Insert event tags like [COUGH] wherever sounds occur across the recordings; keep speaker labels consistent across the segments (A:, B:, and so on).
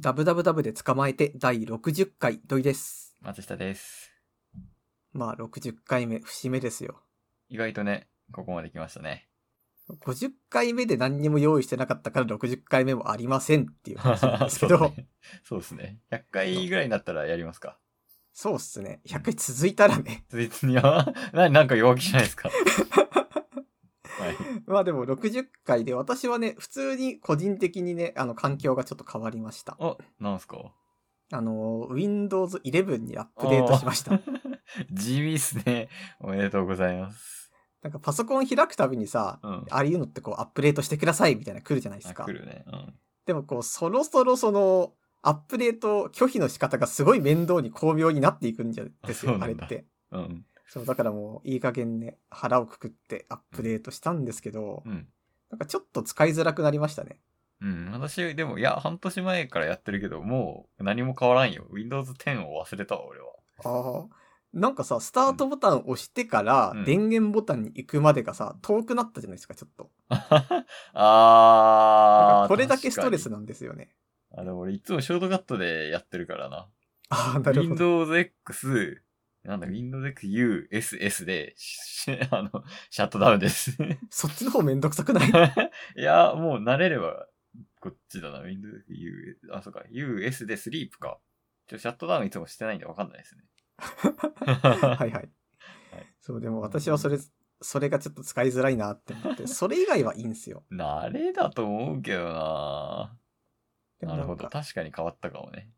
A: ダブダブダブで捕まえて第60回土井です。
B: 松下です。
A: まあ60回目、節目ですよ。
B: 意外とね、ここまで来まし
A: [LAUGHS]
B: たね。
A: 50回目で何にも用意してなかったから60回目もありませんっていう話なんですけ
B: そう
A: ど、
B: ねそうですね。100回ぐらいになったらやりますか。
A: そうっすね。100回続いたらね。 [LAUGHS]
B: 別に、あななんか弱気じゃないですか。はい。
A: まあでも60回で私はね、普通に個人的にね、あの環境がちょっと変わりました。
B: お、なんすか
A: あの、Windows 11にアップデートしました
B: お。ー [LAUGHS] 地味っすね。おめでとうございます。
A: なんかパソコン開くたびにさ、
B: うん。
A: ああいうのってこうアップデートしてくださいみたいなの来るじゃないです
B: あ、
A: か
B: 来。るね。うん。
A: でもこう、そろそろその、アップデート拒否の仕方がすごい面倒に巧妙になっていくんじゃですよ
B: あ、
A: あ
B: そう
A: れ
B: なんだ
A: って。
B: うん。
A: そう、だからもういい加減ね、腹をくくってアップデートしたんですけど、
B: うん。
A: なんかちょっと使いづらくなりましたね。
B: うん。私、でも、いや、半年前からやってるけど、もう何も変わらんよ。Windows 10を忘れた
A: [LAUGHS]
B: わ、俺は。
A: ああ。なんかさ、スタートボタンを押してから
B: う、ん
A: 電源ボタンに行くまでがさ、遠くなったじゃないですか、ちょっと。なん
B: あ
A: か
B: ー。
A: これだけストレ
B: 確か
A: ス
B: に
A: なんですよね。
B: あの、俺いつもショートカットでやってるからな。
A: ああ、なるほど。
B: Windows X、なんだ、Windows XU、SS で、しあの、シャットダウンです。 [LAUGHS]
A: そっちの方めんどくさくない
B: いや、もう慣れれば、こっちだな。Windows U、あ、そうか、US でスリープか。ちょ、シャットダウンいつもしてないんでわかんないですね。
A: [LAUGHS] はいはい。そう、でも私はそれ、それがちょっと使いづらいなって思
B: [LAUGHS]
A: って、それ以外はいいんですよ。
B: 慣れだと思うけどな
A: でも
B: なる
A: ん
B: ほど。
A: か
B: 確かに変わったかもね。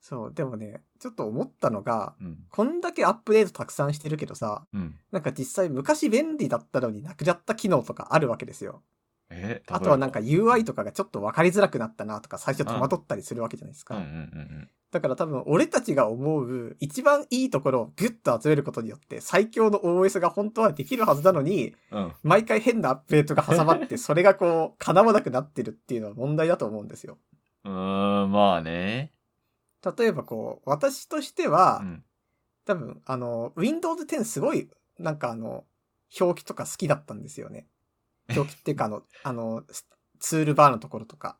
A: そう、でもね、ちょっと思ったのが、
B: うん。
A: こんだけアップデートたくさんしてるけどさ、
B: うん。
A: なんか実際昔便利だったのになくなった機能とかあるわけですよ。
B: え
A: あとはなんか
B: 例え
A: UI とかがちょっと分かりづらくなったなとか最初戸惑ったりするわけじゃないです
B: ば
A: か。
B: うんうんうんうん。
A: だから多分俺たちが思う一番いいところをギュッと集めることによって最強の OS が本当はできるはずなのに、
B: うん。
A: 毎回変なアップデートが挟まってそれが
B: [LAUGHS]
A: こう叶わなくなってるっていうのは問題だと思うんですよ。
B: うーん、まあね。
A: 例えばこう、私としては、
B: うん。
A: 多分、あの、Windows 10すごい、なんかあの、表記とか好きだったんですよね。表記っていうか、あの、 [LAUGHS] あの、スツールバーのところとか。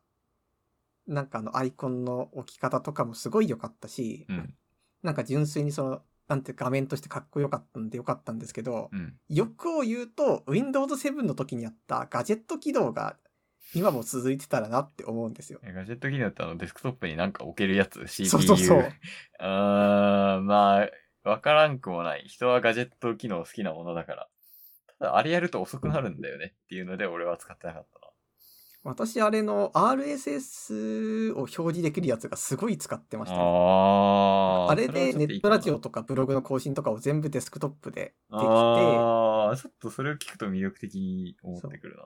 A: なんかあの、アイコンの置き方とかもすごい良かったし、
B: うん。
A: なんか純粋にその、なんていう画面としてかっこよかったんで良かったんですけど、
B: うん。
A: 欲を言うと、Windows 7の時にやったガジェット起動が、今も続いてたらなって思うんですよ。
B: えガジェット機能ってあのデスクトップになんか置けるやつ ?CPU。
A: そうそうそう。
B: うーん、まあ、わからんくもない。人はガジェット機能好きなものだから。ただ、あれやると遅くなるんだよねっていうので、俺は使ってなかったな。
A: 私、あれの RSS を表示できるやつがすごい使ってましたね、
B: あー。
A: あれでネットラジオ
B: き
A: とかブログの更新とかを全部デスクトップでできて、
B: あー、ちょっとそれを聞くと魅力的に思ってくるな。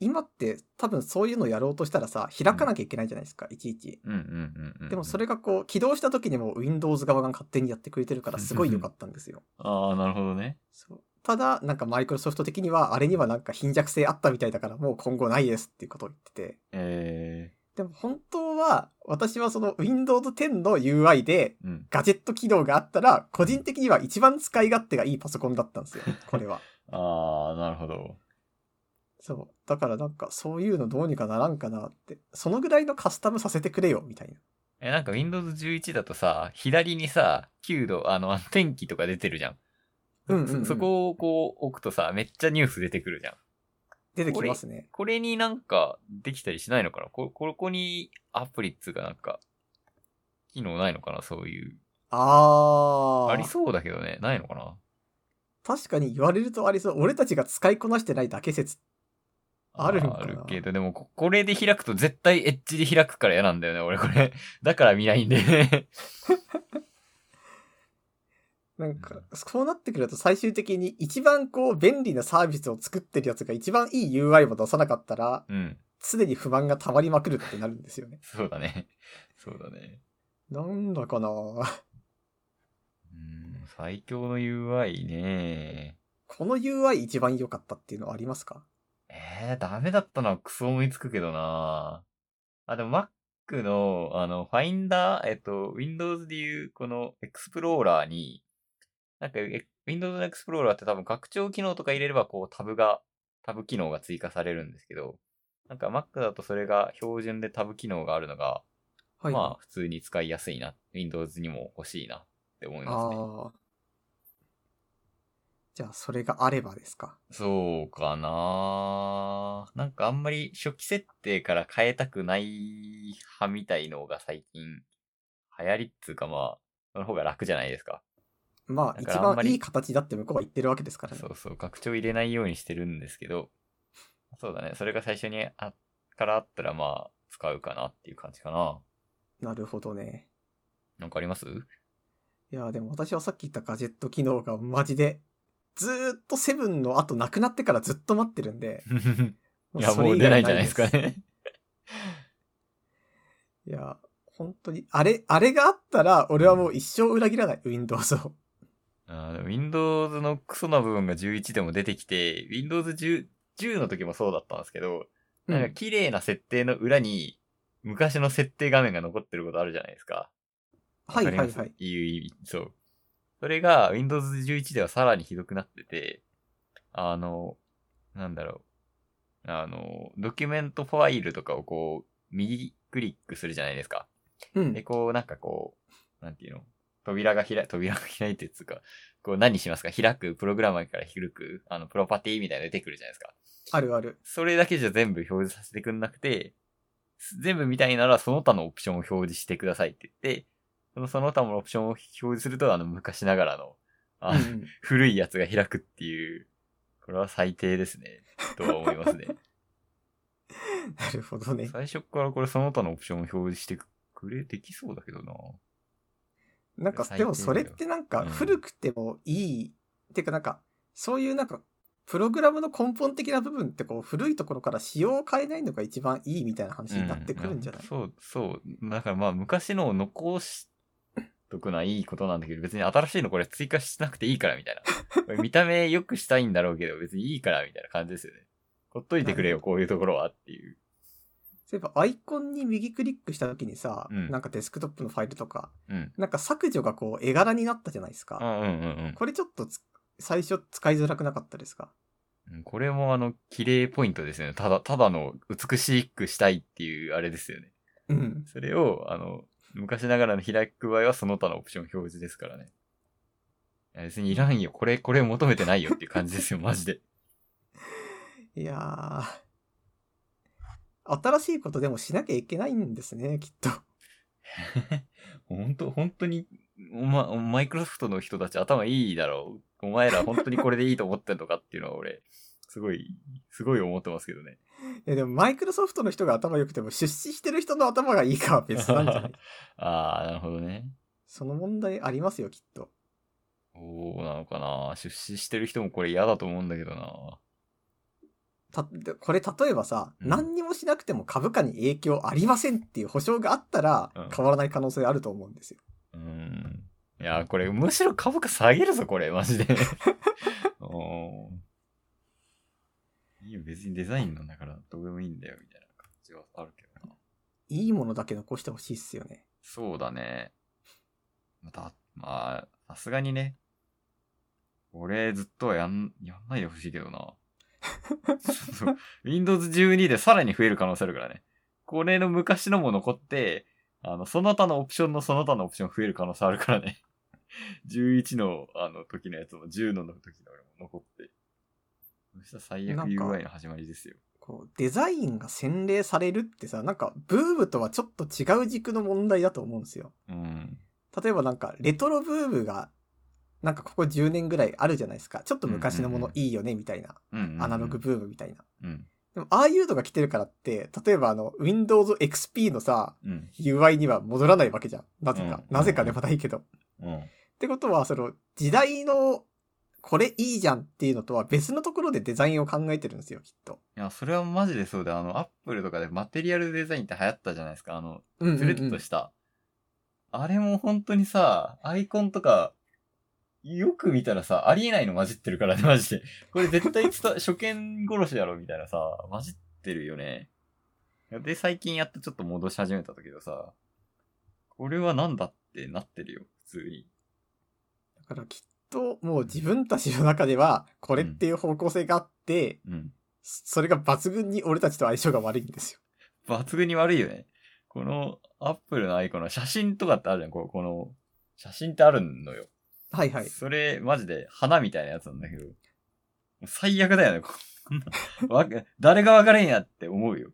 A: 今って多分そういうのやろうとしたらさ、開かなきゃいけないじゃないですか、いちいち。
B: うんうんうんうん。
A: でもそ。れがこう、起動した時にも Windows 側が勝手にやってくれてる
B: [LAUGHS]
A: からすごい良かったんですよ。
B: あー、なるほどね。
A: そうただ、なんかマイクロソフト的には、あれにはなんか貧弱性あったみたいだからもう今後ないですっていうことを言ってて。
B: え
A: でも本当は、私はその Windows 10の UI で、
B: ー、うん。
A: ガジェット機能があったら、個人的には一番使い勝手がいいパソコンだったん
B: [LAUGHS]
A: ですよ。これは。
B: あー、なるほど。
A: そう。だからなんか、そういうのどうにかならんかなって。そのぐらいのカスタムさせてくれよ、みたいな。
B: え、なんか Windows 11だとさ、左にさ、9度、あの、天気とか出てるじゃん。
A: うんうんうん
B: そそこをこう置くとさ、めっちゃニュース出てくるじゃん。
A: 出てきますね。
B: これになんかできたりしないのかなこ、ここにアプリっつうかなんか、機能ないのかなそういう。
A: あー。
B: ありそうだけどね。ないのかな
A: 確かに言われるとありそう。俺たちが使いこなしてないだけ説。あるんかな
B: あるけど、でもこ、これで開くと絶対エッジで開くから嫌なんだよね、俺これ。 [LAUGHS] だから見ないんで [LAUGHS] ね。
A: なんか
B: うん、
A: そうなってくると最終的に一番こう、便利なサービスを作ってるやつが一番いい UI を出さなかったら、
B: うん。
A: すでに不満が溜まりまくるってなるんですよね。
B: そうだね。そうだね。
A: なんだかな
B: うん、最強の UI ね。
A: この UI 一番良かったっていうのはありますか
B: えー、ダメだったのはクソ思いつくけどなあ、でも Mac の、あの、ファインダー、えっと、Windows でいう、この Explorer に、なんか、え Windows の Explorer って多分拡張機能とか入れれば、こう、タブが、タブ機能が追加されるんですけど、なんか Mac だとそれが標準でタブ機能があるのが、
A: はい。
B: まあ、普通に使いやすいな。Windows にも欲しいなって思いますね。
A: ああ。じゃあ、それがあればですか。
B: そうかななんかあんまり初期設定から変えたくない派みたいのが最近流行りっつうかまあ、その方が楽じゃないですか。
A: まあ、
B: だ
A: 一
B: からあん
A: 番
B: まり
A: いい形だって向こうは言ってるわけですからね
B: そ。うそう、拡張入れないようにしてるんですけど、そうだね、それが最初にあからあったらまあ、使うかなっていう感じかな。
A: なるほどね。
B: なんかあ
A: [LAUGHS]
B: ります
A: いや、でも私はさっき言ったガジェット機能がマジで、ずーっとセブンの後なくなってからずっと待ってるんで、
B: いや、
A: そ
B: も
A: れ
B: う
A: 以外
B: 出ないんじゃないですか
A: す。
B: ね。
A: いや、本当に、あれ、あれがあったら、俺はもう一生裏切らない、Windows を。
B: あーでも Windows のクソな部分が11でも出てきて、Windows 10, 10の時もそうだったんですけど、なんか綺麗な設定の裏に、昔の設定画面が残ってることあるじゃないですか。
A: はいはい
B: わかり
A: は
B: ます
A: い。
B: いう意味。そう。それが Windows 11ではさらにひどくなってて、あの、なんだろう。あの、ドキュメントファイルとかをこう、右クリックするじゃないですか。
A: うん
B: で、。こう、なんかこう、なんていうの扉が開い、扉が開いてっつうか、こう何しますか開く、プログラマーから開く、あの、プロパティみたいなの出てくるじゃないですか。
A: あるある。
B: それだけじゃ全部表示させてくんなくて、す全部見たいならその他のオプションを表示してくださいって言って、そのその他のオプションを表示すると、あの、昔ながらの、あの
A: うんうん
B: 古いやつが開くっていう、これは最低ですね、とは思
A: [LAUGHS]
B: いますね。
A: なるほどね。
B: 最初からこれその他のオプションを表示してくれ、できそうだけどな。
A: なんか、
B: 最低だ
A: で
B: よ
A: もそれってなんか
B: うん
A: 古くてもいい、っていうかなんか、そういうなんか、プログラムの根本的な部分ってこう古いところから仕様を変えないのが一番いいみたいな話になってくるんじゃない、
B: うそう、そう。だからまあ昔のを残しとくのはいいことなんだけど、別に新しいのこれ追加しなくていいからみたいな。
A: [LAUGHS]
B: これ見た目良くしたいんだろうけど、別にいいからみたいな感じですよね。ほっといてくれよ、こういうところはっていう。
A: そういえばアイコンに右クリックした時にさ、
B: うん
A: なんかデスクトップのファイルとか、
B: うん。
A: なんか削除がこう絵柄になったじゃないです
B: う
A: か。
B: んうんうん
A: これちょっとつ最初使いづらくなかったですか
B: うん。これもあの、綺麗ポイントですよね。ただ、ただの美しくしたいっていうあれですよね。
A: うん。
B: それを、あの、昔ながらの開く場合はその他のオプション表示ですからね。いや別にいらんよ。これ、これ求めてないよっていう感じですよ、マジで。
A: いやー。新しいことでもしなきゃいけないんですね、きっと。 [LAUGHS]
B: 本当、本当に、おま、マイクロソフトの人たち頭いいだろう。お前ら本当にこれでいいと思ってんのかっていうのは俺、すごい、すごい思ってますけどね。
A: え、でも、マイクロソフトの人が頭良くても、出資してる人の頭がいいかは別なんじ
B: [LAUGHS]
A: ゃない
B: ああ、なるほどね。
A: その問題ありますよ、きっと。
B: おうなのかな。出資してる人もこれ嫌だと思うんだけどな。
A: た、でこれ例えばさ、
B: うん
A: 何にもしなくても株価に影響ありませんっていう保証があったら
B: うん、
A: 変わらない可能性あると思うんですよ。
B: うーん。いや、これ、むしろ株価下げるぞ、これ、マジで。おーいいよ、別にデザインなんだから、どうでもいいんだよ、みたいな感じはあるけどな。
A: いいものだけ残してほしいっすよね。
B: そうだね。また、まあ、さすがにね。俺、ずっとはやん、やんないでほしいけどな。そう。Windows 12でさらに増える可能性あるからね。これの昔のも残って、あの、その他のオプションのその他のオプション増える可能性あるからね。11の、あの、時のやつも10の時の俺も残って。そしたら最悪
A: なんか
B: UI の始まりですよ。
A: こう、デザインが洗練されるってさ、なんか、ブームとはちょっと違う軸の問題だと思うんですよ。
B: うん。
A: 例えばなんか、レトロブームが、なんかここ10年ぐらいあるじゃないですか。ちょっと昔のものいいよね、みたいな。
B: うんうんうん
A: アナログ。ブームみたいな。
B: うん。
A: でも、ああいうのが来てるからって、例えばあの、Windows XP のさ、
B: うん。
A: UI には戻らないわけじゃん。なぜか。
B: うん
A: なぜかでもないけど。っ
B: うん。
A: てことは、その、時代の、これいいじゃんっていうのとは別のところでデザインを考えてるんですよ、きっと。
B: いや、それはマジでそうで、あの、アップルとかでマテリアルデザインって流行ったじゃないですか。あの、
A: うんうん
B: つ
A: う
B: る
A: ん
B: っとした。あれも本当にさ、アイコンとか、よく見たらさ、ありえないの混じってるからね、マジで。これ絶対
A: [LAUGHS]
B: 伝わ初見殺しだろ、みたいなさ、混じってるよね。で、最近やっとちょっと戻し始めたんだけどさ、これはなんだってなってるよ、普通に。
A: だからきっと、もう自分たちの中では、これっていう方向性があって、
B: うん。
A: それが抜群に俺たちと相性が悪いんですよ。
B: 抜群に悪いよね。このアップルのアイコンの写真とかってあるじゃん。こうこの、写真ってあるのよ。
A: はいはい。
B: それ、マジで花みたいなやつなんだけど。最悪だよね、こんな。わか誰がわかれんやって思うよ。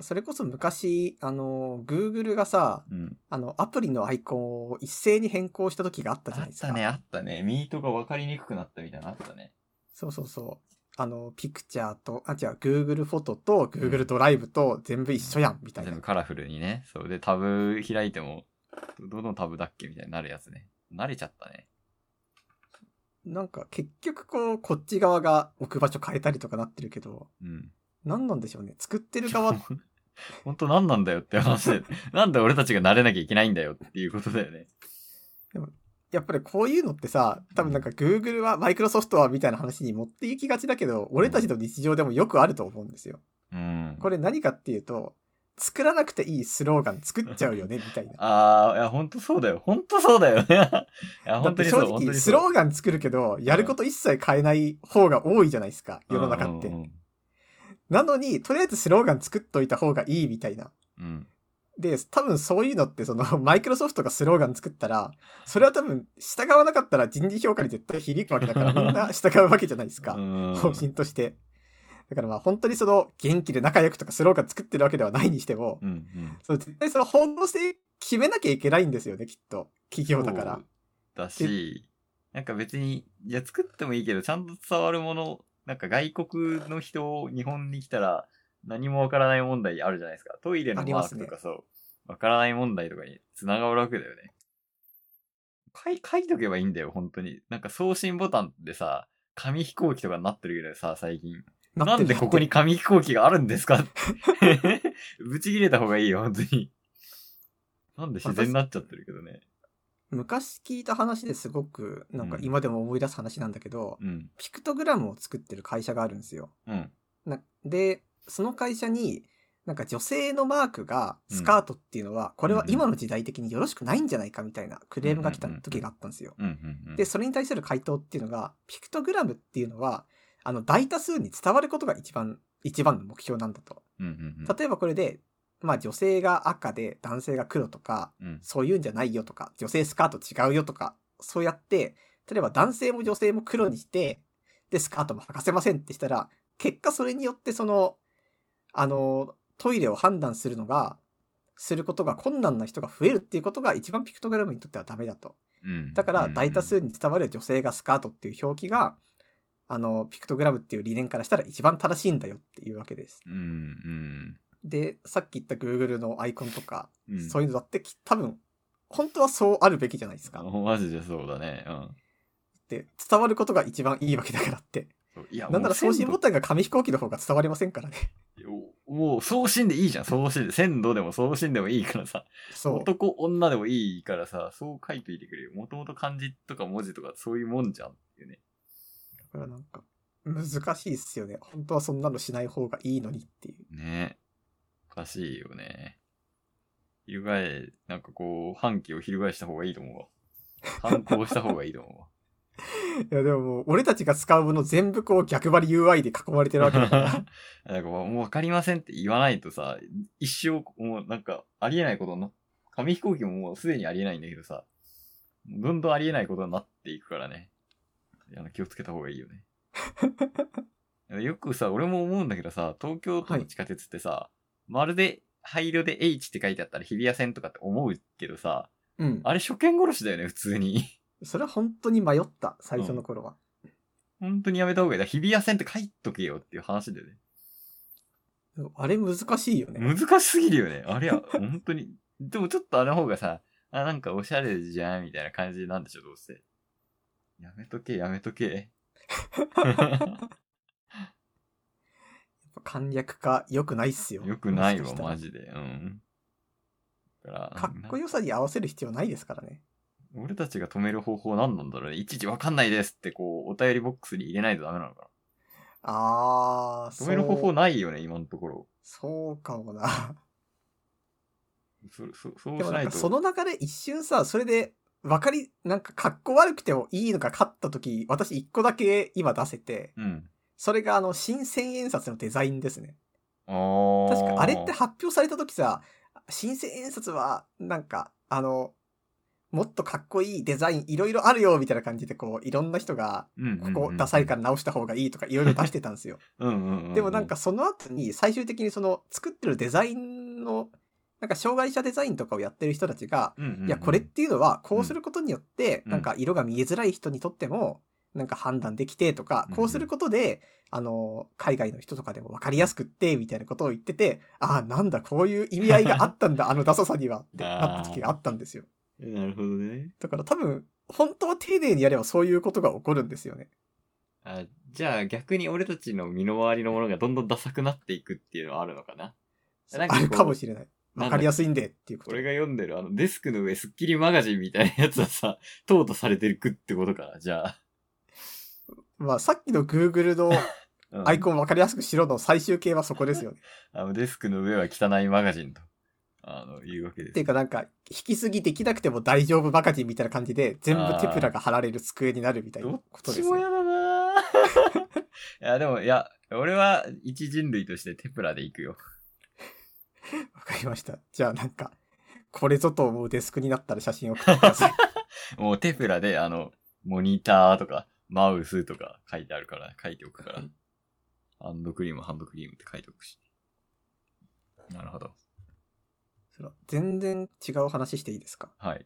A: それこそ昔、あの、Google がさ、
B: うん。
A: あの、アプリのアイコンを一斉に変更した時があったじゃ
B: あ
A: ない
B: っ
A: ですか。
B: たね、あったね。ミートがわかりにくくなったみたいなのあったね。
A: そうそうそう。あの、ピクチャーと、あ、違う、Google フォトと Google ドライブと全部一緒やん、みたい
B: 全
A: な
B: 部。カラフルにね。そう。で、タブ開いても、どどのタブだっけみたいになるやつね。慣れちゃったね。
A: なんか、結局こう、こっち側が置く場所変えたりとかなってるけど、
B: うん。
A: 何なんでしょうね。作ってる側、
B: ほんと何なんだよって
A: [LAUGHS]
B: 話で。なんで俺たちが慣れなきゃいけないんだよっていうことだよね。
A: やっぱりこういうのってさ、多分なんか Google は、Microsoft はみたいな話に持っていきがちだけど、俺たちの日常でもよくあると思うんですよ。
B: うん。
A: これ何かっていうと、作らなくていいスローガン作っちゃうよ
B: [LAUGHS]
A: ね、みたいな。
B: ああ、いや、ほんとそうだよ。ほんとそうだよね。いや、
A: だ
B: ほ
A: っ
B: んと
A: て
B: に
A: 正
B: そう、ほんと
A: 直、
B: に
A: ス
B: そう。
A: ローガン作るけど、やること一切変えない方が多いじゃないですか、世の中って
B: うん。うん
A: なのに、とりあえずスローガン作っといた方がいいみたいな。
B: うん。うん
A: で、多分そういうのって、その、 [LAUGHS] マイクロソフトがスローガン作ったら、それは多分、従わなかったら人事評価に絶対響くわけだから、みんな従うわけじゃないですか。
B: うん
A: 方針として。だからまあ、本当にその、元気で仲良くとかスローガン作ってるわけではないにしても、
B: うんうん。
A: その絶対その方向性決めなきゃいけないんですよね、きっと。企業だから
B: そう。。だし、なんか別に、いや、作ってもいいけど、ちゃんと伝わるもの、なんか外国の人を日本に来たら何もわからない問題あるじゃないですか。トイレの
A: あり
B: マ
A: ま
B: ー
A: す
B: ク
A: ね
B: とかそう、わからない問題とかに繋がるわけだよね。書い、書いとけばいいんだよ、本当に。なんか送信ボタンでさ、紙飛行機とかになってるけどさ、最近。
A: な
B: な
A: って
B: ん
A: る
B: でここに。紙飛行機があるんですか [LAUGHS] ぶち切れた方がいいよ、本当に。なんで自然になっちゃってるけどね。
A: 昔聞いた話ですごく、なんか今でも思い出す話なんだけど、
B: うん。
A: ピクトグラムを作ってる会社があるんですよ。
B: うん。
A: なで、その会社に、なんか女性のマークがスカートっていうのは、これは今の時代的によろしくないんじゃないかみたいなクレームが来た時があったんですよ。
B: うん。うん。うん
A: で、それに対する回答っていうのが、ピクトグラムっていうのは、あの、大多数に伝わることが一番、一番の目標なんだと。
B: うんうんうん
A: 例えばこれで、まあ女性が赤で男性が黒とか、
B: うん
A: そういうんじゃないよとか、女性スカート違うよとか、そうやって、例えば男性も女性も黒にして、で、スカートも履かせませんってしたら、結果それによってその、あの、トイレを判断するのが、することが困難な人が増えるっていうことが一番ピクトグラムにとってはダメだと。
B: うん
A: だから大多数に伝わる女性がスカートっていう表記が、あの、ピクトグラムっていう理念からしたら一番正しいんだよっていうわけです。
B: うんうん
A: で、さっき言った Google のアイコンとか、
B: うん
A: そういうのだってき多分、本当はそうあるべきじゃないですか。
B: うんマジでそうだねうん
A: で、伝わることが一番いいわけだからって。
B: そういや
A: なんなら送信ボ
B: も
A: タンが紙飛行機の方が伝わりません
B: [LAUGHS]
A: からね。
B: う鮮度もう送信でいいじゃん送信で鮮度でも送信でもいいからさ
A: そう。
B: 男女でもいいからさそう書いといてくれよもともと漢字とか文字とかそういうもんじゃんっていうね
A: だからなんか、難しいっすよね。本当はそんなのしない方がいいのにっていう。
B: ねおかしいよね翻えなんかこう反旗を翻した方がいいと思うわ反抗した方がいいと思うわ
A: いやでももう、俺たちが使うもの全部こう逆張り UI で囲まれてるわけだ
B: [LAUGHS]
A: から。
B: なんかもうもう分かりませんって言わないとさ、一生、もうなんか、ありえないことにな、紙飛行機ももうすでにありえないんだけどさ、どんどんありえないことになっていくからね。あの気をつけた方がいいよね。よくさ、俺も思うんだけどさ、東京都の地下鉄ってさ、まるで灰色で H って書いてあったら日比谷線とかって思うけどさ、
A: うん。
B: あれ初見殺しだよね、普通に。 [LAUGHS]
A: それは本当に迷った、最初の頃は。
B: 本当にやめた方がいい。だから日比谷線って書いとけよっていう話だよね。
A: あれ難しいよね。
B: 難しすぎるよね。あれは、本当に。 [LAUGHS] でもちょっとあの方がさ、あ、なんかおしゃれじゃん、みたいな感じなんでしょ、どうせ。やめとけ、やめと
A: [LAUGHS]
B: け。
A: 簡略化良くないっすよ。
B: よくない
A: も
B: わ、
A: しかしたら
B: マジで。うん。だから、
A: かっこよさに合わせる必要ないですからね。
B: な俺たちが止める方法何なんだろうね。いちいちわかんないですって、こう、お便りボックスに入れないとダメなのか
A: あー、
B: な。止める方
A: そ
B: 法
A: う
B: ないよね、今のところ。
A: そうかもな。
B: そそそう
A: で
B: し
A: も
B: な
A: なん
B: い
A: か
B: と。
A: その流れ一瞬さ、それで、わかり、なんか格好悪くてもいいのか勝った時、私一個だけ今出せて、
B: うん。
A: それがあの、新千円札のデザインですね。
B: あー。。
A: 確かあれって発表された時さ、新千円札は、なんか、あの、もっとかっこいいデザインいろいろあるよ、みたいな感じで、こう、いろんな人が、ここダサいからら直した方がいいとかいろいろ出してたんですよ。
B: うんうんうう
A: でもなんか、その後に最終的にその作ってるデザインの、なんか障害者デザインとかをやってる人たちが、
B: うんうんうん
A: いや、これっていうのは、こうすることによって、
B: うん
A: なんか色が見えづらい人にとっても、なんか判断できてとか
B: うん、
A: こうすることで、あの、海外の人とかでも分かりやすくって、みたいなことを言ってて、ああ、なんだ、こういう意味合いがあったん
B: [LAUGHS]
A: だ、あのダサさには、ってなった時があったんですよ。
B: なるほどね。
A: だから多分、本当は丁寧にやればそういうことが起こるんですよね。
B: あ、じゃあ逆に俺たちの身の回りのものがどんどんダサくなっていくっていうのはあるのかななんかこう
A: あるかもしれない。
B: な
A: 分
B: んだ
A: かりやすいんで、っていうこと。
B: 俺が読んでるあのデスクの上スッキリマガジンみたいなやつはさ、 [LAUGHS] 淘汰されていくってことか、じゃあ。
A: まあ、さっきの Google
B: [LAUGHS]
A: の
B: うん
A: アイコン分かりやすくしろの最終形はそこですよね。
B: あのデスクの上は汚いマガジンと、あの、いうわけで
A: って
B: す。
A: いうかなんか、引きすぎできなくても大丈夫バカジンみたいな感じで、全部テプラが貼られる机になるみたいな
B: どっ
A: こと
B: ち
A: です
B: もや
A: よ。
B: だなぁ [LAUGHS] いや、でも、いや、俺は一人類としてテプラで行くよ。
A: わかりました。じゃあなんか、これぞと思うデスクになったら写真を送ってください。
B: もうテプラで、あの、モニターとか、マウスとか書いてあるから、書いておくから。ハンドクリーム、ハンドクリームって書いておくし。なるほど。
A: その全然違う話していいですか
B: はい。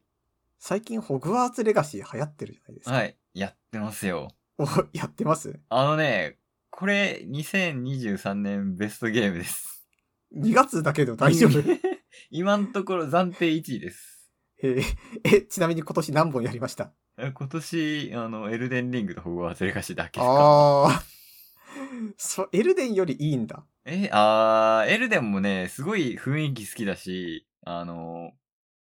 A: 最近ホグワーツレガシー流行ってるじゃないですか。
B: はい。やってますよ。
A: お、やってます
B: あのね、これ、2023年ベストゲームです。
A: ?2 月だけど大丈夫
B: [LAUGHS] 今のところ暫定1位です。
A: えーえ、ちなみに今年何本やりました
B: え今年、あの、エルデンリングとホグワーツレガシーだけですか。
A: ああ。そう、エルデンよりいいんだ。
B: え、あー、エルデンもね、すごい雰囲気好きだし、あの、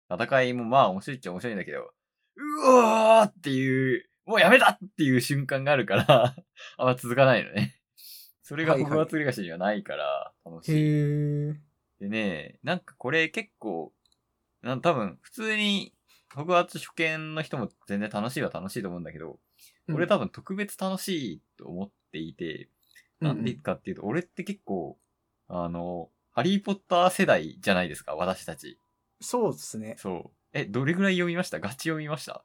B: 戦いもまあ面白いっちゃ面白いんだけど、うわーっていう、もうやめたっていう瞬間があるから、 [LAUGHS] あんま続かないのね。それが
A: はい
B: ホ
A: はい
B: グワーツレガシーにはないから、楽しい。
A: へえ。
B: でね、なんかこれ結構、なん多分普通に、ホグワーツ初見の人も全然楽しいは楽しいと思うんだけど、
A: うん
B: 俺多分特別楽しいと思っていて、なんでかっていうと、俺って結構、あの、ハリーポッター世代じゃないですか、私たち。
A: そうですね。
B: そう。え、どれぐらい読みましたガチ読みました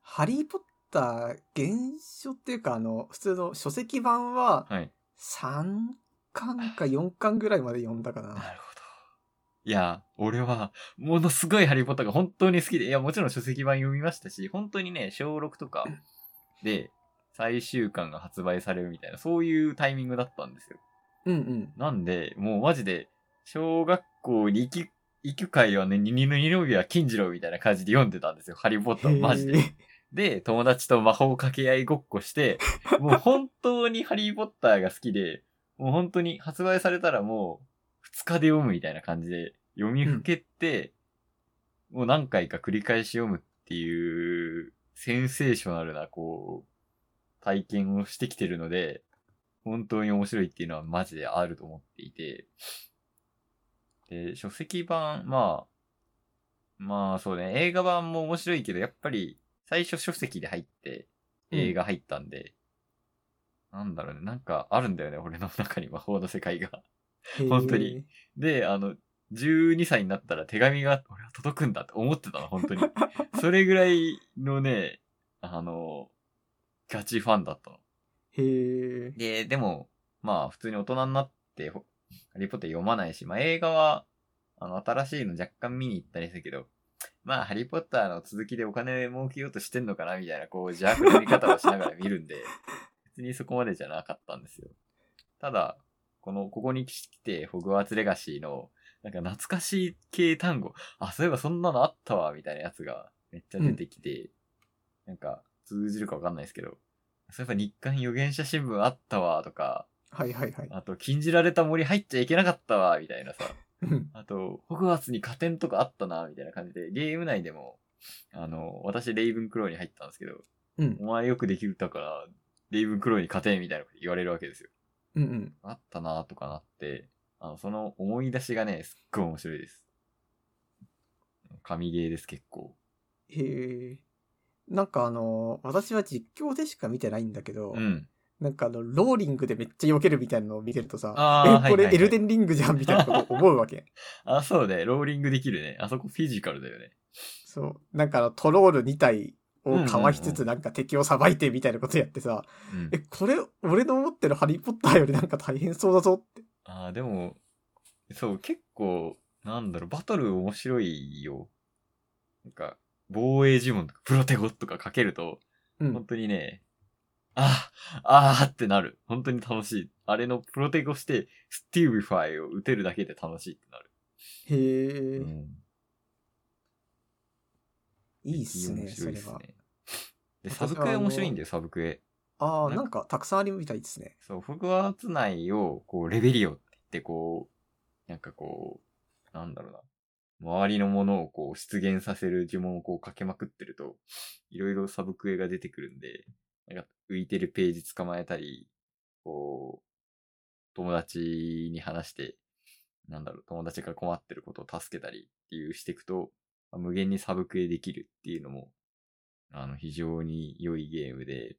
A: ハリー・ポッター原書っていうか、あの、普通の書籍版は
B: はい。
A: 3巻か4巻ぐらいまで読んだか
B: な
A: な。
B: るほど。いや、俺は、ものすごいハリーポッターが本当に好きで、いや、もちろん書籍版読みましたし、本当にね、小6とかで、最終巻が発売されるみたいな、そういうタイミングだったんですよ。
A: うんうん。
B: なんで、もうマジで、小学校に行き、行く会はね、二の二の指は金次郎みたいな感じで読んでたんですよ。ハリーポッターを [LAUGHS] マジで。
A: へ
B: で、友達と魔法掛け合いごっこして、もう本当にハリーポッターが好きで、もう本当に発売されたらもう2日で読むみたいな感じで読みふけって、もう何回か繰り返し読むっていうセンセーショナルなこう、体験をしてきてるので、本当に面白いっていうのはマジであると思っていて、で、書籍版、まあ、まあそうね、映画版も面白いけど、やっぱり最初書籍で入って
A: うん
B: 映画入ったんで、なんだろうね、なんかあるんだよね、俺の中に魔法の世界が。
A: え
B: [LAUGHS] 本当に。で、あの、12歳になったら手紙が俺は届くんだって思ってたの、本当に。それぐらいのね、あの、ガチファンだったの。
A: へえ。
B: で、でも、まあ、普通に大人になって、ほハリーポッター読まないし、まあ、映画は、あの、新しいの若干見に行ったりするけど、まあ、ハリーポッターの続きでお金儲けようとしてんのかな、みたいな、こう、邪悪な見方をしながら見るんで、別にそこまでじゃなかったんですよ。ただ、この、ここに来て、ホグワーツレガシーの、なんか懐かしい系単語、あ、そういえばそんなのあったわ、みたいなやつがめっちゃ出てきて、なんか、通じるかわかんないですけど、そういえば日刊予言者新聞あったわ、とか、
A: はいはいはい。
B: あと、禁じられた森入っちゃいけなかったわ、みたいなさ。
A: うん
B: あと、ホグワーツに加点とかあったな、みたいな感じで、ゲーム内でも、あの、私、レイブンクローに入ったんですけど、
A: うん
B: お前よくできたから、レイブンクローに加点みたいなこと言われるわけですよ。
A: うんうん。
B: あったな、とかなって、あの、その思い出しがね、すっごい面白いです。神ゲーです、結構。
A: へえ。なんかあの、私は実況でしか見てないんだけど、
B: うん。
A: なんかあの、ローリングでめっちゃ避けるみたいなのを見てると
B: あ
A: さ、
B: ー
A: え、
B: はい
A: こ
B: はいは
A: れ
B: い
A: エルデンリングじゃんみたいなことを思うわけ。
B: あ、そうね。ローリングできるね。あそこフィジカルだよね。
A: そう。なんかあの、トロール2体をかわしつ
B: うんうんう
A: つなんか敵をさばいてみたいなことやってさ、
B: うん
A: [LAUGHS] え、。これ、俺の思ってるハリーポッターよりなん [LAUGHS] か大変そうだぞって。
B: あーでも、そう、結構、なんだろう、バトル面白いよ。なんか、防衛呪文とか、プロテゴとかかけると、
A: うん。
B: 本当にね、あーあーってなる。本当に楽しい。あれのプロテゴして、スティービファイを打てるだけで楽しいってなる。
A: へえ、
B: うん
A: いいっすね、
B: 面
A: そ
B: 白いっ
A: れ
B: す
A: は。
B: ね。で、サブクエ面白いんだよ、サブクエ。
A: ああ、
B: なんか
A: なんかたくさんありみたいですね。
B: そう、フォグワーツ内を、こう、レベリオって言って、こう、なんかこう、なんだろうな。周りのものをこう、出現させる呪文をこう、かけまくってると、いろいろサブクエが出てくるんで、なんか、浮いてるページ捕まえたり、こう、友達に話して、なんだろう、友達が困ってることを助けたりっていうしていくと、まあ無限にサブクエできるっていうのも、あの、非常に良いゲームで、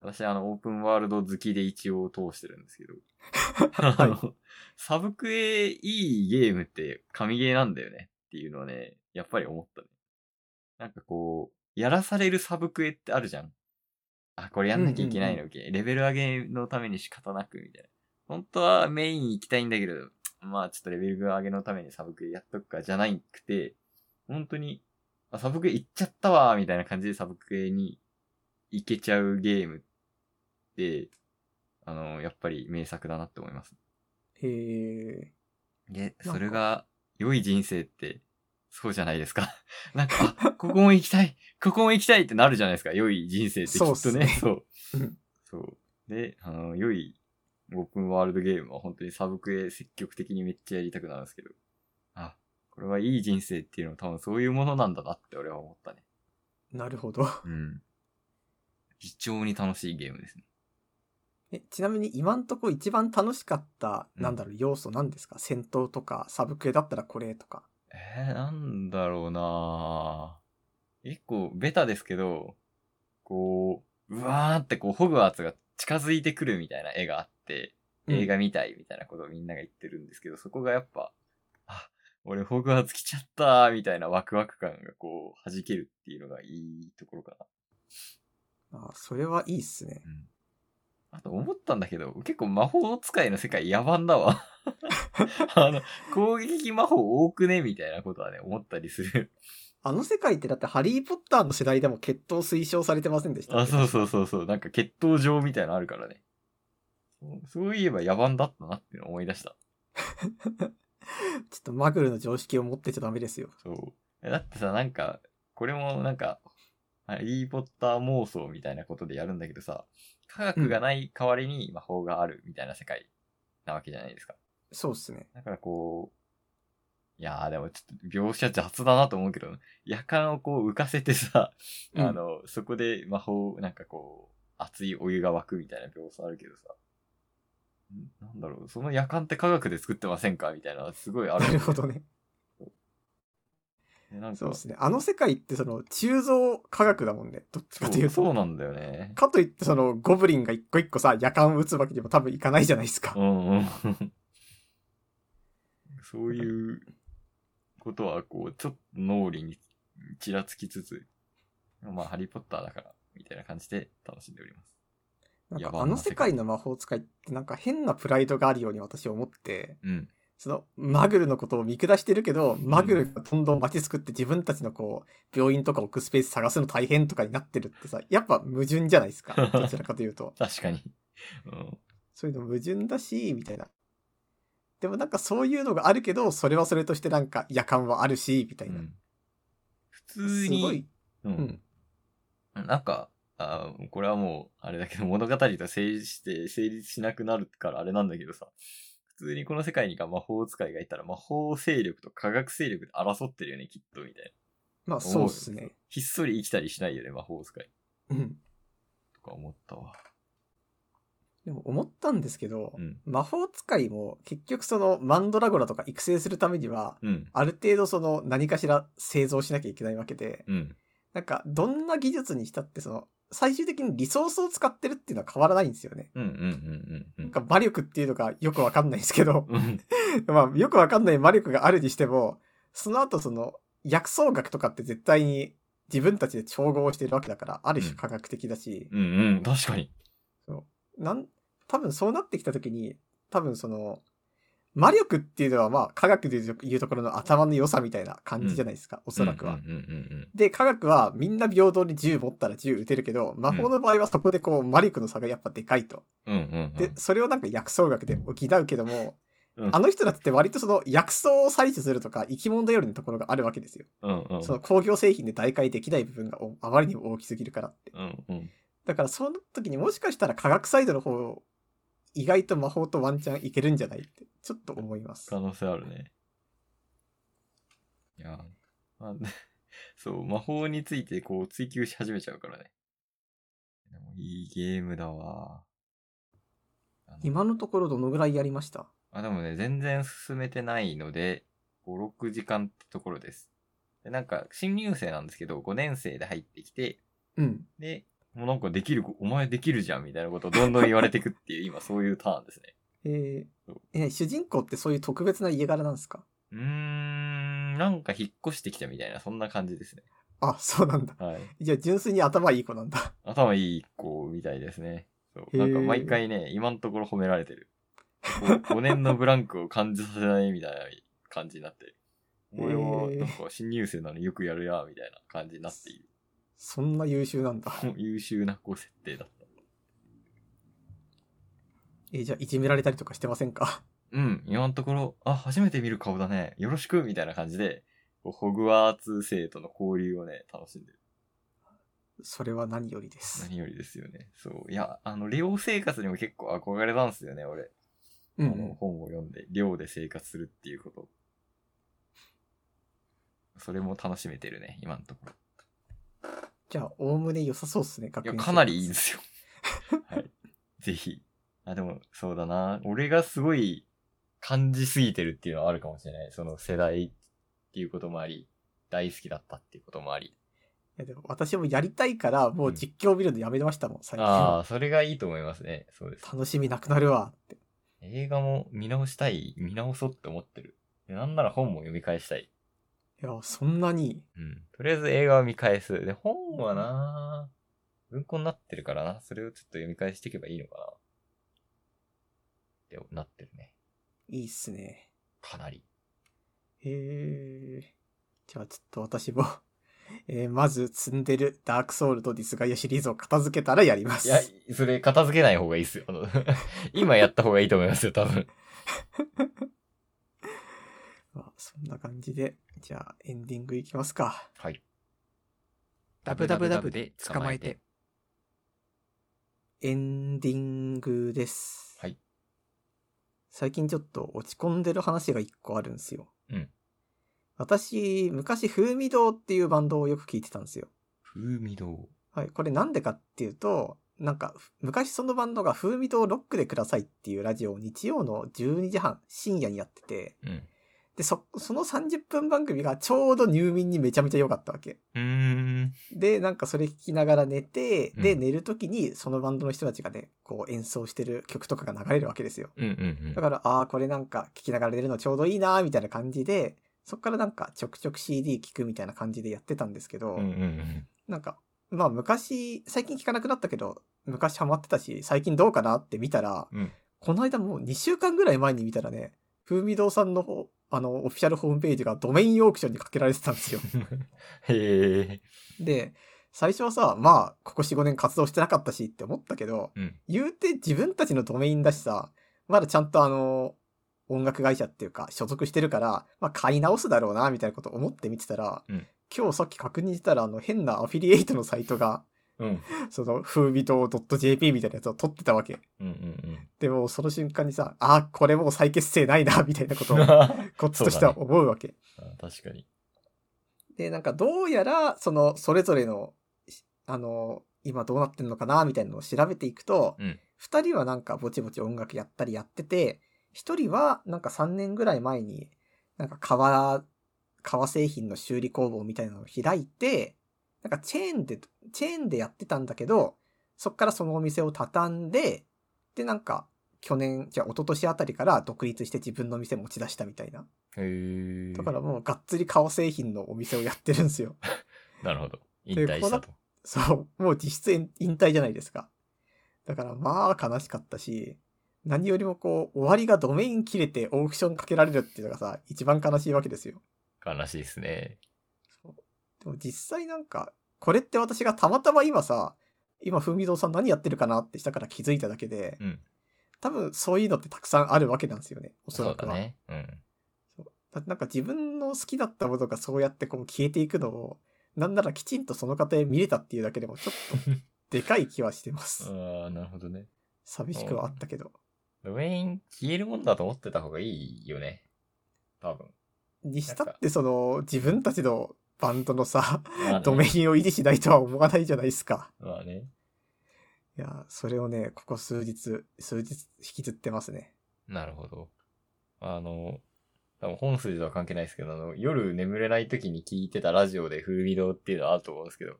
B: 私、あの、オープンワールド好きで一応通してるんですけど、あの [LAUGHS] サブクエいいゲームって神ゲーなんだよねっていうのはね、やっぱり思ったね。なんかこう、やらされるサブクエってあるじゃん。あ、これやんなきゃいけないのけ、レベル上げのために仕方なくみたいな。本当はメイン行きたいんだけど、まあちょっとレベル上げのためにサブクエやっとくかじゃないくて、本当に、あ、サブクエ行っちゃったわみたいな感じでサブクエに行けちゃうゲームって、あの、やっぱり名作だなって思います。
A: へえ。
B: で、
A: なんか
B: それが良い人生って、そうじゃないですか。なんか、あここも行きたい、ここも行きたいってなるじゃないですか。良い人生ってきっとね。
A: そ
B: そう
A: っす
B: う,、
A: ね
B: そう。
A: うん
B: で、あの、良いオープンワールドゲームは本当にサブクエ積極的にめっちゃやりたくなるんですけど。あ、これはいい人生っていうのは多分そういうものなんだなって俺は思ったね。
A: なるほど。 [LAUGHS]
B: うん。非常に楽しいゲームですね。
A: えちなみに今んとこ一番楽しかった、
B: うん
A: なんだろう、要素なんですか戦闘とか、サブクエだったらこれとか。
B: えー、なんだろうなぁ結構ベタですけど、こう、うわーってこう、ホグワーツが近づいてくるみたいな絵があって、映画みたいみたいなことをみんなが言ってるんですけど、そこがやっぱ、あ、俺ホグワーツ来ちゃったーみたいなワクワク感がこう、弾けるっていうのがいいところかな。
A: あそれはいいっすね。
B: うん。あと思ったんだけど、結構魔法使いの世界野蛮だわ。 [LAUGHS] あの、攻撃魔法多くねみたいなことはね、思ったりする。
A: あの世界ってだってハリーポッターの世代でも決闘推奨されてませんでしたっ
B: あ、
A: け
B: そうそうそうそう。なんか血統状みたいなのあるからね。そうそういえば野蛮だったなっていうのを思い出した。
A: ちょっとマグルの常識を持ってちゃダメですよ。
B: そう。えだってさ、なんか、これもなんか、ハリーポッター妄想みたいなことでやるんだけどさ、科学がない代わりに魔法があるみたいな世界なわけじゃないですか。
A: そうっすね。
B: だからこう、いやーでもちょっと描写雑だなと思うけど、夜間をこう浮かせてさ、
A: うん
B: あの、そこで魔法、なんかこう、熱いお湯が沸くみたいな描写あるけどさ、んなんだろう、その夜間って科学で作ってませんかみたいな、すごいある
A: な。るほどね。
B: でなんか
A: そうっすね。あの世界ってその、鋳造科学だもんね。どっちかとい
B: そう
A: うと。
B: そうなんだよね。
A: かといってその、ゴブリンが一個一個さ、夜間を撃つわけにも多分いかないじゃないですか。
B: うんうん。 [LAUGHS] そういうことは、こう、ちょっと脳裏にちらつきつつ、まあ、ハリーポッターだから、みたいな感じで楽しんでおります。
A: なん
B: や
A: か
B: ばな
A: あの世界の魔法使いってなんか変なプライドがあるように私は思って、
B: うん。
A: そのマグルのことを見下してるけど、マグルがどんどん街作って自分たちのこう、病院とか置くスペース探すの大変とかになってるってさ、やっぱ矛盾じゃない
B: [LAUGHS]
A: ですか。どちらかというと。
B: 確かに。うん。
A: そういうの矛盾だし、みたいな。でもなんかそういうのがあるけど、それはそれとしてなんか夜間はあるし、みたいうな。
B: ん普
A: す
B: 通
A: ご
B: に
A: い、。
B: う
A: うん
B: ん。なんか、あーこれはもう、あれだけど、物語と成立して、成立しなくなるからあれなんだけどさ、普通にこの世界にが魔法使いがいたら、魔法勢力と科学勢力で争ってるよね、きっと、みたいな。
A: まあそうっすね。
B: ひっそり生きたりしないよね、魔法使い。
A: うん。
B: とか思ったわ。
A: でも思ったんですけど、
B: うん。
A: 魔法使いも結局そのマンドラゴラとか育成するためには、
B: うん。
A: ある程度その何かしら製造しなきゃいけないわけで、
B: うん。
A: なんか、どんな技術にしたって、その、最終的にリソースを使ってるっていうのは変わらないんですよね。
B: うんうんうんうんう
A: なん
B: ん
A: か、魔力っていうのがよくわかんないんですけど、
B: うん。
A: まあ、よくわかんない魔力があるにしても、その後その、薬草学とかって絶対に自分たちで調合してるわけだから、ある種科学的だし、
B: うんうん、確かに。
A: なん、多分そうなってきた時に、多分その、魔力っていうのはまあ、科学でいうところの頭の良さみたいな感じじゃないですか、おそらくは。
B: うんうんうん
A: で、科学はみんな平等に銃持ったら銃撃てるけど、魔法の場合はそこでこう、魔力の差がやっぱでかいと。
B: うん。うんうんうん。
A: で、それをなんか薬草学で補うけども、
B: うん
A: あの人だって割とその薬草を採取するとか生き物頼りのところがあるわけですよ。
B: うんうん。
A: その工業製品で代替できない部分がおあまりにも大きすぎるからって。
B: うんうん。
A: だからその時にもしかしたら科学サイドの方、意外と魔法とワンチャンいけるんじゃないって、ちょっと思います
B: 可。能性あるね。いやー、まあ、ね [LAUGHS] そう、魔法についてこう追求し始めちゃうからね。でもいいゲームだわ。あの
A: 今のところどのぐらいやりました
B: あ、でもね、全然進めてないので、5、6時間ってところです。で、なんか、新入生なんですけど、5年生で入ってきて、
A: うん。
B: で、もうなんかできる、お前できるじゃんみたいなことをどんどん言われてくっていう、今そういうターンですね。
A: えー
B: そう
A: えー主人公ってそういう特別な家柄なんですか
B: うーん、なんか引っ越してきたみたいな、そんな感じですね。
A: あ、そうなんだ。
B: はい。
A: じゃあ純粋に頭いい子なんだ。
B: 頭いい子みたいですね。そう。
A: へ
B: な
A: ー
B: んか毎回ね、今のところ褒められてる。5年のブランクを感じさせないみたいな感じになってる。俺は、
A: へー
B: なんか新入生なのによくやるや、みたいな感じになっている。
A: そんな優秀なんだ。
B: もう優秀な子設定だった。
A: えーじゃあいじめられたりとかしてませんか
B: うん、今のところ、あ、初めて見る顔だね。よろしくみたいな感じで、こうホグワーツ生との交流をね、楽しんでる。
A: それは何よりです。
B: 何よりですよね。そう。いや、あの、寮生活にも結構憧れたんですよね、俺。
A: う
B: あの
A: ん。
B: 本を読んで、寮で生活するっていうこと。それも楽しめてるね、今のところ。
A: じゃあ、おおむね良さそうですね、学
B: いや、
A: 園生活
B: かなりいいんですよ。 [LAUGHS] はい。ぜひ。あ、でも、そうだな。俺がすごい感じすぎてるっていうのはあるかもしれない。その世代っていうこともあり、大好きだったっていうこともあり。
A: いやでも私もやりたいから、もう実況見るのやめましたもん、最近
B: ああ
A: は。
B: ー、それがいいと思いますね。そうです。
A: 楽しみなくなるわって。
B: 映画も見直したい、見直そうって思ってる。でなんなら本も読み返したい。
A: いや、そんなに。
B: うん。とりあえず映画を見返す。で、本はな文庫になってるからな。それをちょっと読み返していけばいいのかな。ってなってるね。
A: いいっすね。
B: かなり。
A: へえ。じゃあ、ちょっと私も。 [LAUGHS] えーまず積んでるダークソウルとディスガイアシリーズを片付けたらやりま
B: い
A: す。
B: や、それ片付けない方がいいっすよ。 [LAUGHS] あの今やった方がいいと思いますよ、多分。
A: まあそんな感じで、じゃあエンディングいきますか。
B: はい。
C: ダブダブダブで捕まえて。
A: エンディングです。
B: はい。
A: 最近ちょっと落ち込んでる話が一個あるんですよ。
B: うん。
A: 私、昔、風味堂っていうバンドをよく聞いてたんですよ。
B: 風味堂。
A: はい。これなんでかっていうと、なんか、ふ昔そのバンドが風味堂ロックでくださいっていうラジオを日曜の12時半深夜にやってて、
B: うん。
A: で、そ、その30分番組がちょうど入眠にめちゃめちゃ良かったわけ。
B: うーん。
A: で、なんかそれ聞きながら寝て、で、
B: うん
A: 寝るときにそのバンドの人たちがね、こう演奏してる曲とかが流れるわけですよ。
B: うんうん
A: だから、ああ、これなんか聞きながら寝るのちょうどいいなーみたいな感じで、そっからなんかちょくちょく CD 聞くみたいな感じでやってたんですけど、
B: うん。うんうんうん。
A: なんか、まあ昔、最近聞かなくなったけど、昔ハマってたし、最近どうかなって見たら、
C: [LAUGHS]
B: うん
A: この間もう2週間ぐらい前に見たらね、風味堂さんの方、あの、オフィシャルホームページがドメインオークションにかけられてたんですよ。
B: へえ。
A: で、最初はさ、まあ、ここ4、5年活動してなかったしって思ったけど、
B: うん
A: 言うて自分たちのドメインだしさ、まだちゃんとあの、音楽会社っていうか、所属してるから、まあ、買い直すだろうな、みたいなこと思って見てたら、
B: うん
A: 今日さっき確認したら、あの、変なアフィリエイトのサイトが、 [LAUGHS]
B: うん。
A: その、風味堂 .jp みたいなやつを取ってたわけ。
B: うんうん
A: でも、その瞬間にさ、あ、これもう再結成ないな、みたいなことを
B: [LAUGHS] うん。、
A: こっちとしては思うわけ。
B: あ確かに。
A: で、なんかどうやら、その、それぞれの、しあの、今どうなってんのかな、みたいなのを調べていくと
B: うん、
A: 二、人はなんかぼちぼち音楽やったりやってて、一人はなんか3年ぐらい前に、なんか革、革製品の修理工房みたいなのを開いて、なんかチェーンで、チェーンでやってたんだけど、そっからそのお店を畳んで、で、なんか、去年、じゃあ一昨年あたりから独立して自分の店持ち出したみたいな。
B: へえ。
A: だからもうがっつり顔製品のお店をやってるんですよ。
B: なるほど。引退したと。
A: そう、もう実質引引退じゃないですか。だからまあ悲しかったし、何よりもこう、終わりがドメイン切れてオークションかけられるっていうのがさ、一番悲しいわけですよ。
B: 悲しいですね。
A: そうでも実際なんか、これって私がたまたま今さ、今、ふみどうさん何やってるかなってしたから気づいただけで、
B: うん。
A: 多分そういうのってたくさんあるわけなんですよね、おそ
B: そ
A: ら
B: う
A: く
B: だ
A: は。
B: ね。うん。
A: だってなんか自分の好きだったものがそうやってこう消えていくのを、なんならきちんとその過程見れたっていうだけでもちょっ
B: [LAUGHS]
A: とでかい気はしてます。
B: ああ、なるほどね。
A: 寂しくはあったけど。
B: ドメイン消えるもんだと思ってた方がいいよね。
A: [LAUGHS]
B: 多分。
A: にしたってその自分たちのバンドのさ、
B: まあね
A: ドメインを維持しないとは思わないじゃないですか。
B: まあね。
A: いや、それをね、ここ数日、数日引きずってますね。
B: なるほど。あの、多分本筋とは関係ないですけど、あの、夜眠れない時に聞いてたラジオで古見堂っていうのはあると思うんですけど、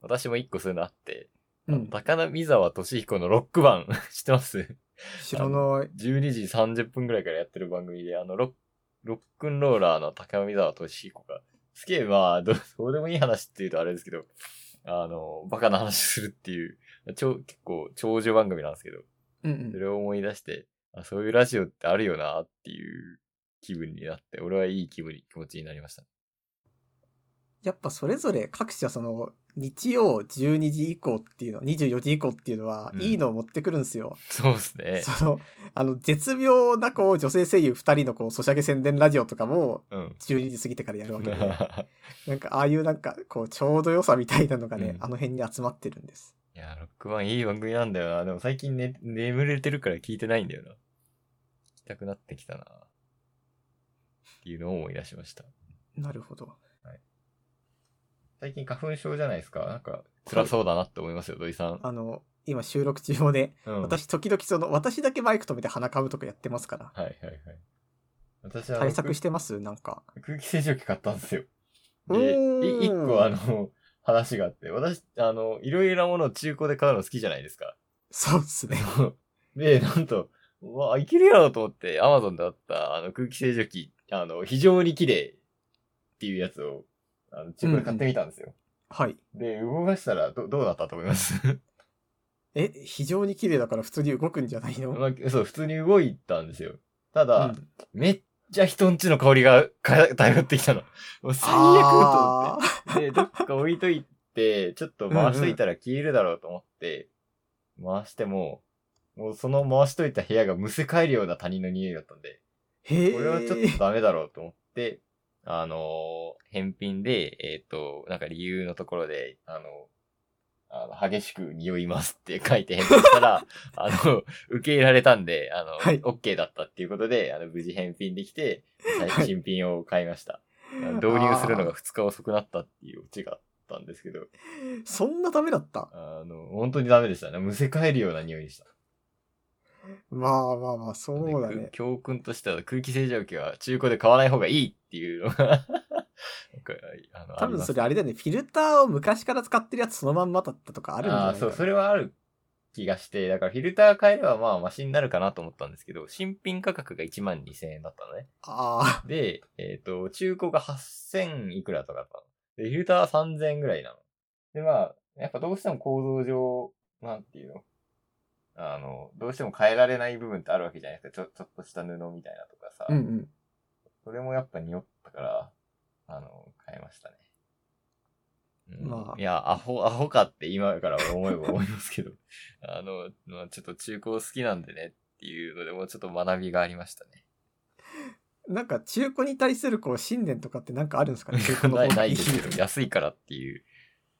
B: 私も一個そういうのあって、
A: う
B: あの
A: ん。
B: 高田美沢俊彦のロック版 [LAUGHS] 知ってます
A: 白の、
B: 12時30分くらいからやってる番組で、あの、ロック、ロックンローラーの高見沢俊彦が、すげえ、まあ、どう、どうでもいい話っていうとあれですけど、あの、バカな話するっていう、ちょ結構長寿番組なんですけど、
A: うんう
B: そ
A: ん。
B: れを思い出して、あ、そういうラジオってあるよなっていう気分になって、俺はいい気分に、気持ちになりました。
A: やっぱそれぞれ各社その、日曜12時以降っていうの、24時以降っていうのは
B: う、ん
A: いいのを持ってくるんですよ。
B: そうですね。
A: その、あの、絶妙なこう、女性声優2人のこう、ソシャゲ宣伝ラジオとかも、
B: うん。
A: 12時過ぎてからやるわけ [LAUGHS] で、
B: い
A: なんかああいうなんか、こう、ちょうど良さみたいなのがね、
B: うん
A: あの辺に集まってるんです。
B: や、ロックマンいい番組なんだよな。でも最近ね、眠れてるから聞いてないんだよな。聞きたくなってきたな。っていうのを思い出しました。
A: なるほど。
B: 最近花粉症じゃないですか。なんか、辛そうだなって思いますよ、土井さん。
A: あの、今収録中もね、
B: うん。
A: 私時々その、私だけマイク止めて鼻かぶとかやってますから。
B: はいはいはい。私は
A: 対策しててますなんか。
B: 空気清浄機買ったんですよ。
A: お
B: で、
A: ー
B: い一個あの、話があって、私、あの、いろいろなものを中古で買うの好きじゃないですか。
A: そうっすね。
B: [LAUGHS] で、なんと、うわ、いけるやろと思って、アマゾンであった、あの、空気清浄機、あの、非常に綺麗っていうやつを、あの、中古で買ってみたんですよ。
A: はい。
B: で、動かしたらど、どうだったと思います [LAUGHS]
A: え、非常に綺麗だから普通に動くんじゃないの、
B: まあそう、普通に動いたんですよ。ただ、
A: うん
B: めっちゃ人んちの香りが、 [LAUGHS] か、漂ってきたの。もう最悪と思って。
A: あー
B: で、どっか置いといて、ちょっと回しといたら消えるだろうと思って、回しても、もうその回しといた部屋がむせ返るような他人の匂いだったんで、
A: へえ。
B: これはちょっとダメだろうと思って、あのー返品で、えっ、と、なんか理由のところで、あのあの、激しく匂いますって書いて返品した
A: [LAUGHS]
B: ら、あの、受け入れられたんで、あの、
A: はい
B: OK だったっていうことで、あの、無事返品できて、
A: はい
B: 最新品を買いました。導入するのが2日遅くなったっていうオチがあったんですけど、
A: そんなダメだった
B: あの、本当にダメでしたね。むせ返るような匂いでした。
A: まあまあまあ、そうだ
B: でく
A: ね。
B: 教訓としては空気清浄機は中古で買わない方がいいっていうのが [LAUGHS] なんか、あの、
A: 多分それあれだよね、フィルターを昔から使ってるやつそのまんまだったとかあ
B: あ
A: るんじ
B: り
A: ゃ
B: ま
A: ない
B: すあー
A: か
B: そう、それはある気がして、だからフィルター変えればまあマシになるかなと思ったんですけど、新品価格が1万2000円だったのね。
A: あ
B: で、えっ、と、中古が8000いくらとかだったの。で、フィルターは3000ぐらいなの。で、まあ、やっぱどうしても構造上、なんていうのあの、どうしても変えられない部分ってあるわけじゃないですか。ちょ、ちょっとした布みたいなとかさ。
A: あ、うんうん。
B: それもやっぱ匂ったから、あの、変えましたね。うん
A: まあ
B: いや、アホ、アホかって今から思えば思いますけど、 [LAUGHS] あの、まあ、ちょっと中古好きなんでねっていうので、もうちょっと学びがありましたね。
A: なんか中古に対するこう信念とかってなんかあるんですかね中古の
B: [LAUGHS] な
A: 方
B: い
A: が
B: ないい
A: い
B: で。すけど、安いからっていう。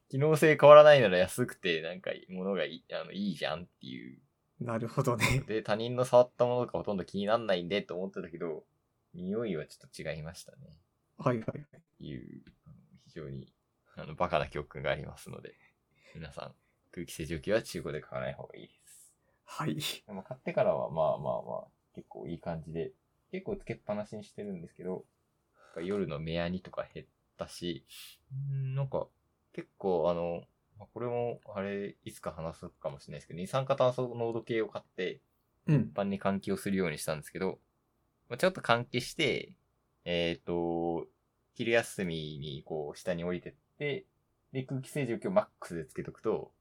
B: 機能性変わらないなら安くて、なんか、物がいい、あの、いいじゃんっていう。
A: [LAUGHS] なるほどね。
B: で、他人の触ったものとかほとんど気にならないんでと思ってたけど、匂いはちょっと違いましたね。
A: はいはいはい。
B: っていう、あの非常に、あの、バカな教訓がありますので、皆さん、空気清浄機は中古で買わない方がいいです。
A: はい。
B: でも買ってからは、まあまあまあ、結構いい感じで、結構つけっぱなしにしてるんですけど、なんか夜の目やにとか減ったし、うんなんか、結構あの、まあこれも、あれ、いつか話すかもしれないですけど、二酸化炭素濃度計を買って、
A: うん
B: 一。般に換気をするようにしたんですけど、まあ、ちょっと換気して、えっ、と、昼休みにこう下に降りてって、で、空気清浄機をマックスでつけとくと、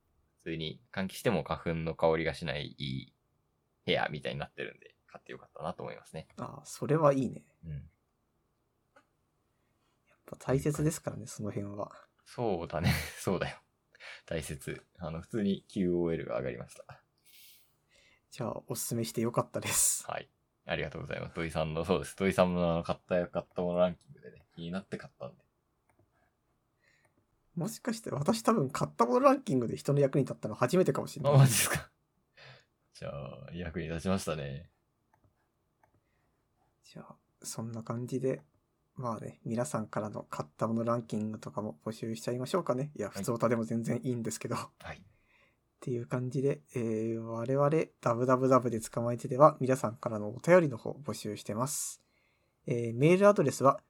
B: 普通に換気しても花粉の香りがしないいい部屋みたいになってるんで、買ってよかったなと思いますね。
A: ああ、それはいいね。
B: うん。
A: やっぱ大切ですからね、その辺は。
B: そうだね。 [LAUGHS] そうだよ。大切。あの、普通に QOL が上がりました。
A: じゃあ、おすすめしてよかったです。
B: はい。ありがとうございます。土井さんの、そうです。土井さんのあの買ったよ、買ったものランキングでね、気になって買ったんで。
A: もしかして私多分買ったものランキングで人の役に立ったの初めてかもしれ
B: [LAUGHS] あ、
A: な
B: マ
A: い。
B: ジですか。じゃあ、役に立ちましたね。
A: じゃあ、そんな感じで、まあね、皆さんからの買ったものランキングとかも募集しちゃいましょうかね。いや、
B: い
A: 普通歌でも全然いいんですけど。
B: はい。
A: っていう感じで、えー、我々、ダブダブダブで捕まえてでは、皆さんからのお便りの方募集してます。えーメールアドレスは、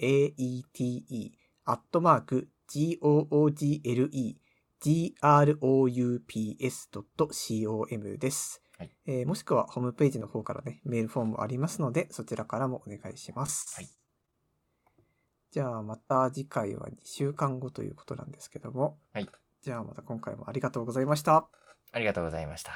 A: www-de-tsukamate アットマーク google.groups.com です、
B: はい
A: えーもしくはホームページの方からね、メールフォームありますので、そちらからもお願いします。
B: はい
A: じゃあまた次回は2週間後ということなんですけども。
B: はい
A: じゃあまた今回もありがとうございました。
B: ありがとうございました。